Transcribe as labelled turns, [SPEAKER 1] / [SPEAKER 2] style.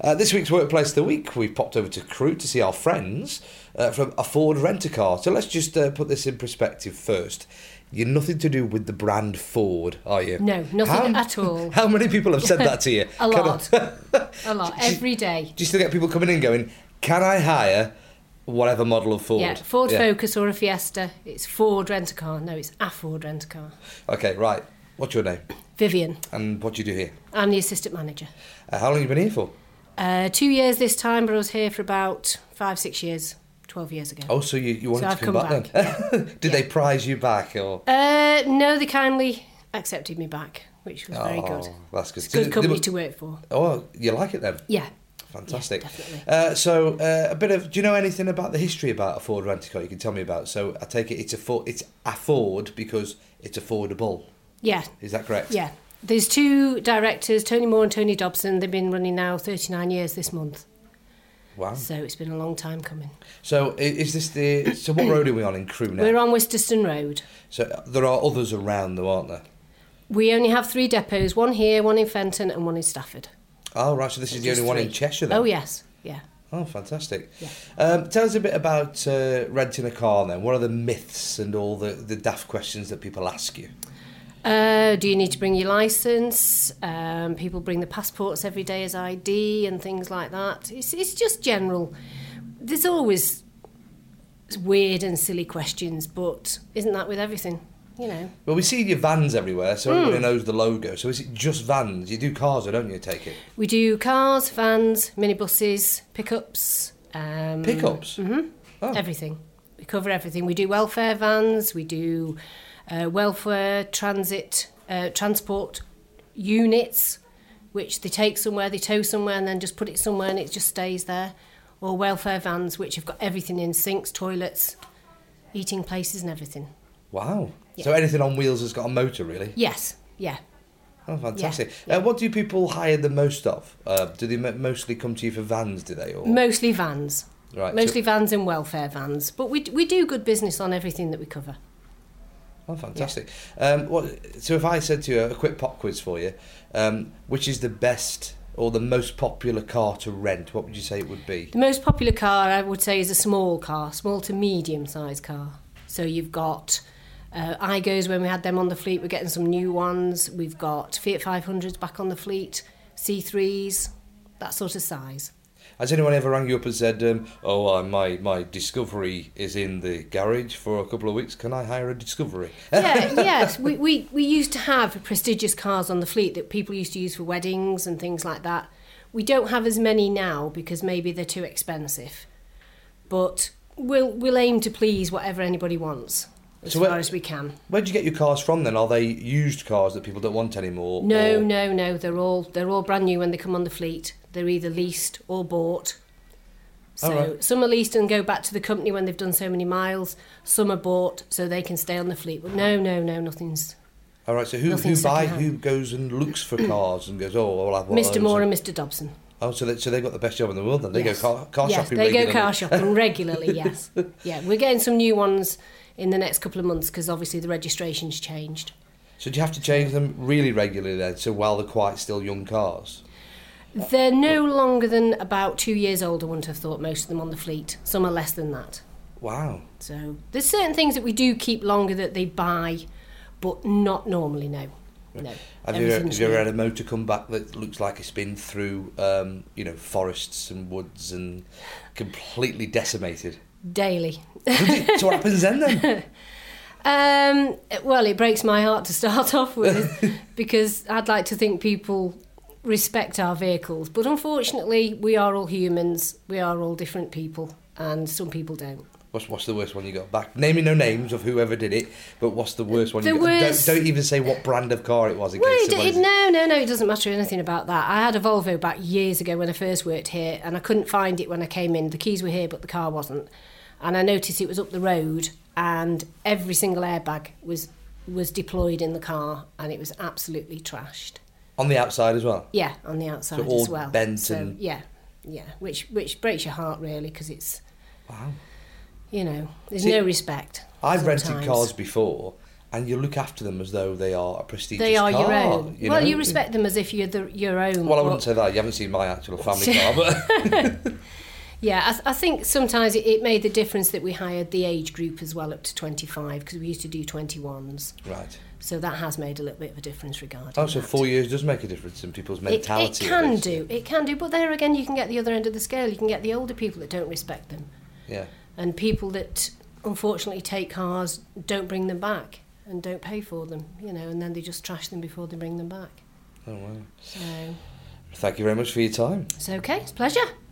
[SPEAKER 1] Uh, this week's Workplace of the Week, we've popped over to Crewe to see our friends uh, from Afford Rent a Car. So let's just uh, put this in perspective first. You're nothing to do with the brand Ford, are you?
[SPEAKER 2] No, nothing at all.
[SPEAKER 1] How many people have said that to you?
[SPEAKER 2] A
[SPEAKER 1] Can I-
[SPEAKER 2] lot. A lot.
[SPEAKER 1] Do you-
[SPEAKER 2] Every day.
[SPEAKER 1] do you still get people coming in going, can I hire whatever model of Ford?
[SPEAKER 2] Yeah, Ford Focus or a Fiesta. It's Ford rent a car. No, it's a Ford rent a car.
[SPEAKER 1] Okay, right. What's your name
[SPEAKER 2] Vivian,
[SPEAKER 1] and what do you do here?
[SPEAKER 2] I'm the assistant manager.
[SPEAKER 1] Uh, how long have you been here for?
[SPEAKER 2] Uh, two years this time, but I was here for about five, six years, 12 years ago.
[SPEAKER 1] Oh, so you, you wanted
[SPEAKER 2] So
[SPEAKER 1] to
[SPEAKER 2] I've
[SPEAKER 1] come,
[SPEAKER 2] come
[SPEAKER 1] back, then? Did they prize you back or?
[SPEAKER 2] Uh, no, they kindly accepted me back, which was very good.
[SPEAKER 1] Oh, that's good.
[SPEAKER 2] It's
[SPEAKER 1] So
[SPEAKER 2] a
[SPEAKER 1] they-
[SPEAKER 2] good
[SPEAKER 1] they
[SPEAKER 2] company
[SPEAKER 1] were-
[SPEAKER 2] to work for.
[SPEAKER 1] Oh, you like it then?
[SPEAKER 2] Yeah.
[SPEAKER 1] Fantastic.
[SPEAKER 2] Yeah, definitely.
[SPEAKER 1] uh, so, uh, a bit of. Do you know anything about the history about a Ford rent car? You can tell me about. So, I take it it's a Ford. It's a Ford because it's affordable.
[SPEAKER 2] Yeah.
[SPEAKER 1] Is that correct?
[SPEAKER 2] Yeah. There's two directors, Tony Moore and Tony Dobson. They've been running now 39 years this month.
[SPEAKER 1] Wow.
[SPEAKER 2] So it's been a long time coming.
[SPEAKER 1] So, i- is this the? So, what road are we on in Crewe now?
[SPEAKER 2] We're on Wisterston Road.
[SPEAKER 1] So, uh, there are others around though, aren't there?
[SPEAKER 2] We only have three depots one here, one in Fenton, and one in Stafford.
[SPEAKER 1] Oh right, so this is the
[SPEAKER 2] Just
[SPEAKER 1] only one in
[SPEAKER 2] three.
[SPEAKER 1] Cheshire then.
[SPEAKER 2] Oh, yes. Yeah.
[SPEAKER 1] Oh, fantastic.
[SPEAKER 2] Yeah.
[SPEAKER 1] Um, tell us a bit about uh, renting a car then. What are the myths and all the, the daft questions that people ask you?
[SPEAKER 2] Uh, do you need to bring your license? Um, people bring the passports every day as ID and things like that. It's, it's just general. There's always weird and silly questions, but isn't that with everything? You know,
[SPEAKER 1] Well, we see your vans everywhere, so everybody
[SPEAKER 2] Hmm.
[SPEAKER 1] knows the logo. So is it just vans? You do cars, though, don't you? Take it
[SPEAKER 2] we do cars, vans, minibuses, pickups, um,
[SPEAKER 1] pickups. Oh.
[SPEAKER 2] everything. We cover everything. We do welfare vans. We do uh, welfare transit uh, transport units, which they take somewhere, they tow somewhere, and then just put it somewhere, and it just stays there. Or welfare vans, which have got everything in: sinks, toilets, eating places, and everything.
[SPEAKER 1] Wow.
[SPEAKER 2] Yeah.
[SPEAKER 1] So anything on wheels has got a motor, really.
[SPEAKER 2] Yes, yeah.
[SPEAKER 1] Oh, fantastic.
[SPEAKER 2] yeah.
[SPEAKER 1] Uh, what do people hire the most of? Uh, do they mo- mostly come to you for vans? Do they? Or
[SPEAKER 2] Mostly vans.
[SPEAKER 1] right, so-
[SPEAKER 2] Mostly vans and welfare vans, but we we do good business on everything that we cover.
[SPEAKER 1] Oh, fantastic. Um, what, so if I said to you uh, a quick pop quiz for you, um, which is the best or the most popular car to rent, what would you say it would be?
[SPEAKER 2] The most popular car, I would say, is a small car, small to medium sized car. So you've got uh, Igos when we had them on the fleet, we're getting some new ones. We've got Fiat 500s back on the fleet, C3s, that sort of size.
[SPEAKER 1] Has anyone ever rang you up and said, um, "Oh, uh, my my Discovery is in the garage for a couple of weeks. Can I hire a Discovery?" Eh,
[SPEAKER 2] yeah, yes. We, we, we used to have prestigious cars on the fleet that people used to use for weddings and things like that. We don't have as many now because maybe they're too expensive. But we'll, we'll aim to please whatever anybody wants as
[SPEAKER 1] So
[SPEAKER 2] far
[SPEAKER 1] where-
[SPEAKER 2] as we can.
[SPEAKER 1] Where do you get your cars from then? Are they used cars that people don't want anymore?
[SPEAKER 2] No,
[SPEAKER 1] or-
[SPEAKER 2] no, no. They're all they're all brand new when they come on the fleet. They're either leased or bought. So
[SPEAKER 1] All right.
[SPEAKER 2] some are leased and go back to the company when they've done so many miles. Some are bought so they can stay on the fleet. But no, no, no, nothing's.
[SPEAKER 1] All right. So who
[SPEAKER 2] Nothing
[SPEAKER 1] who buy,
[SPEAKER 2] secondhand.
[SPEAKER 1] who goes and looks for cars and goes, "Oh, I'll have one." of
[SPEAKER 2] Mr.
[SPEAKER 1] those,"
[SPEAKER 2] Moore
[SPEAKER 1] and-
[SPEAKER 2] and Mr. Dobson.
[SPEAKER 1] Oh, so they, so they got the best job in the world then. They
[SPEAKER 2] Yes.
[SPEAKER 1] go car, car
[SPEAKER 2] yes,
[SPEAKER 1] shopping.
[SPEAKER 2] they
[SPEAKER 1] regularly.
[SPEAKER 2] go car shopping regularly. Yes, yeah. We're getting some new ones in the next couple of months because obviously the registration's changed.
[SPEAKER 1] So do you have to change them really regularly then? So while they're quite still young cars.
[SPEAKER 2] They're no longer than about two years old. I wouldn't have thought most of them on the fleet. Some are less than that.
[SPEAKER 1] Wow.
[SPEAKER 2] So there's certain things that we do keep longer that they buy, but not normally. No, no.
[SPEAKER 1] Have you, ever, have
[SPEAKER 2] Everything's
[SPEAKER 1] you ever
[SPEAKER 2] new.
[SPEAKER 1] had a motor come back that looks like it's been through, um, you know, forests and woods and completely decimated?
[SPEAKER 2] daily?
[SPEAKER 1] so what happens then? Then
[SPEAKER 2] Um, well, it breaks my heart to start off with because I'd like to think people respect our vehicles, but unfortunately, we are all humans. We are all different people, and some people don't.
[SPEAKER 1] what's what's the worst one you got back? Naming no names of whoever did it, but what's the worst one? you
[SPEAKER 2] The
[SPEAKER 1] got?
[SPEAKER 2] worst-
[SPEAKER 1] Don't, don't even say what brand of car it was. In
[SPEAKER 2] Well,
[SPEAKER 1] case
[SPEAKER 2] it, it,
[SPEAKER 1] somebody's-
[SPEAKER 2] no, no, no, it doesn't matter anything about that. I had a Volvo back years ago when I first worked here, and I couldn't find it when I came in. The keys were here, but the car wasn't. And I noticed it was up the road, and every single airbag was was deployed in the car, and it was absolutely trashed.
[SPEAKER 1] on the outside as well.
[SPEAKER 2] Yeah, on the outside
[SPEAKER 1] all
[SPEAKER 2] as well.
[SPEAKER 1] bent
[SPEAKER 2] so,
[SPEAKER 1] and-
[SPEAKER 2] yeah, yeah, which which breaks your heart really because it's
[SPEAKER 1] Wow.
[SPEAKER 2] you know there's
[SPEAKER 1] See,
[SPEAKER 2] no respect.
[SPEAKER 1] I've rented
[SPEAKER 2] sometimes.
[SPEAKER 1] cars before, and you look after them as though they are a prestigious
[SPEAKER 2] They are
[SPEAKER 1] car,
[SPEAKER 2] your own.
[SPEAKER 1] you
[SPEAKER 2] well,
[SPEAKER 1] know?
[SPEAKER 2] you respect them as if you're the, your own.
[SPEAKER 1] Well, I
[SPEAKER 2] but-
[SPEAKER 1] wouldn't say that. You haven't seen my actual family car, but
[SPEAKER 2] Yeah, I, th- I think sometimes it, it made the difference that we hired the age group as well up to 25 because we used to do 21s.
[SPEAKER 1] right.
[SPEAKER 2] So that has made a little bit of a difference regarding
[SPEAKER 1] Oh, so
[SPEAKER 2] that.
[SPEAKER 1] four years does make a difference in people's
[SPEAKER 2] it, it
[SPEAKER 1] mentality. at
[SPEAKER 2] can
[SPEAKER 1] least.
[SPEAKER 2] do, it can do. But there again, you can get the other end of the scale. You can get the older people that don't respect them
[SPEAKER 1] Yeah.
[SPEAKER 2] and people that unfortunately take cars, don't bring them back and don't pay for them, you know, and then they just trash them before they bring them back.
[SPEAKER 1] Oh wow.
[SPEAKER 2] So
[SPEAKER 1] Thank you very much for your time.
[SPEAKER 2] it's okay, it's a pleasure.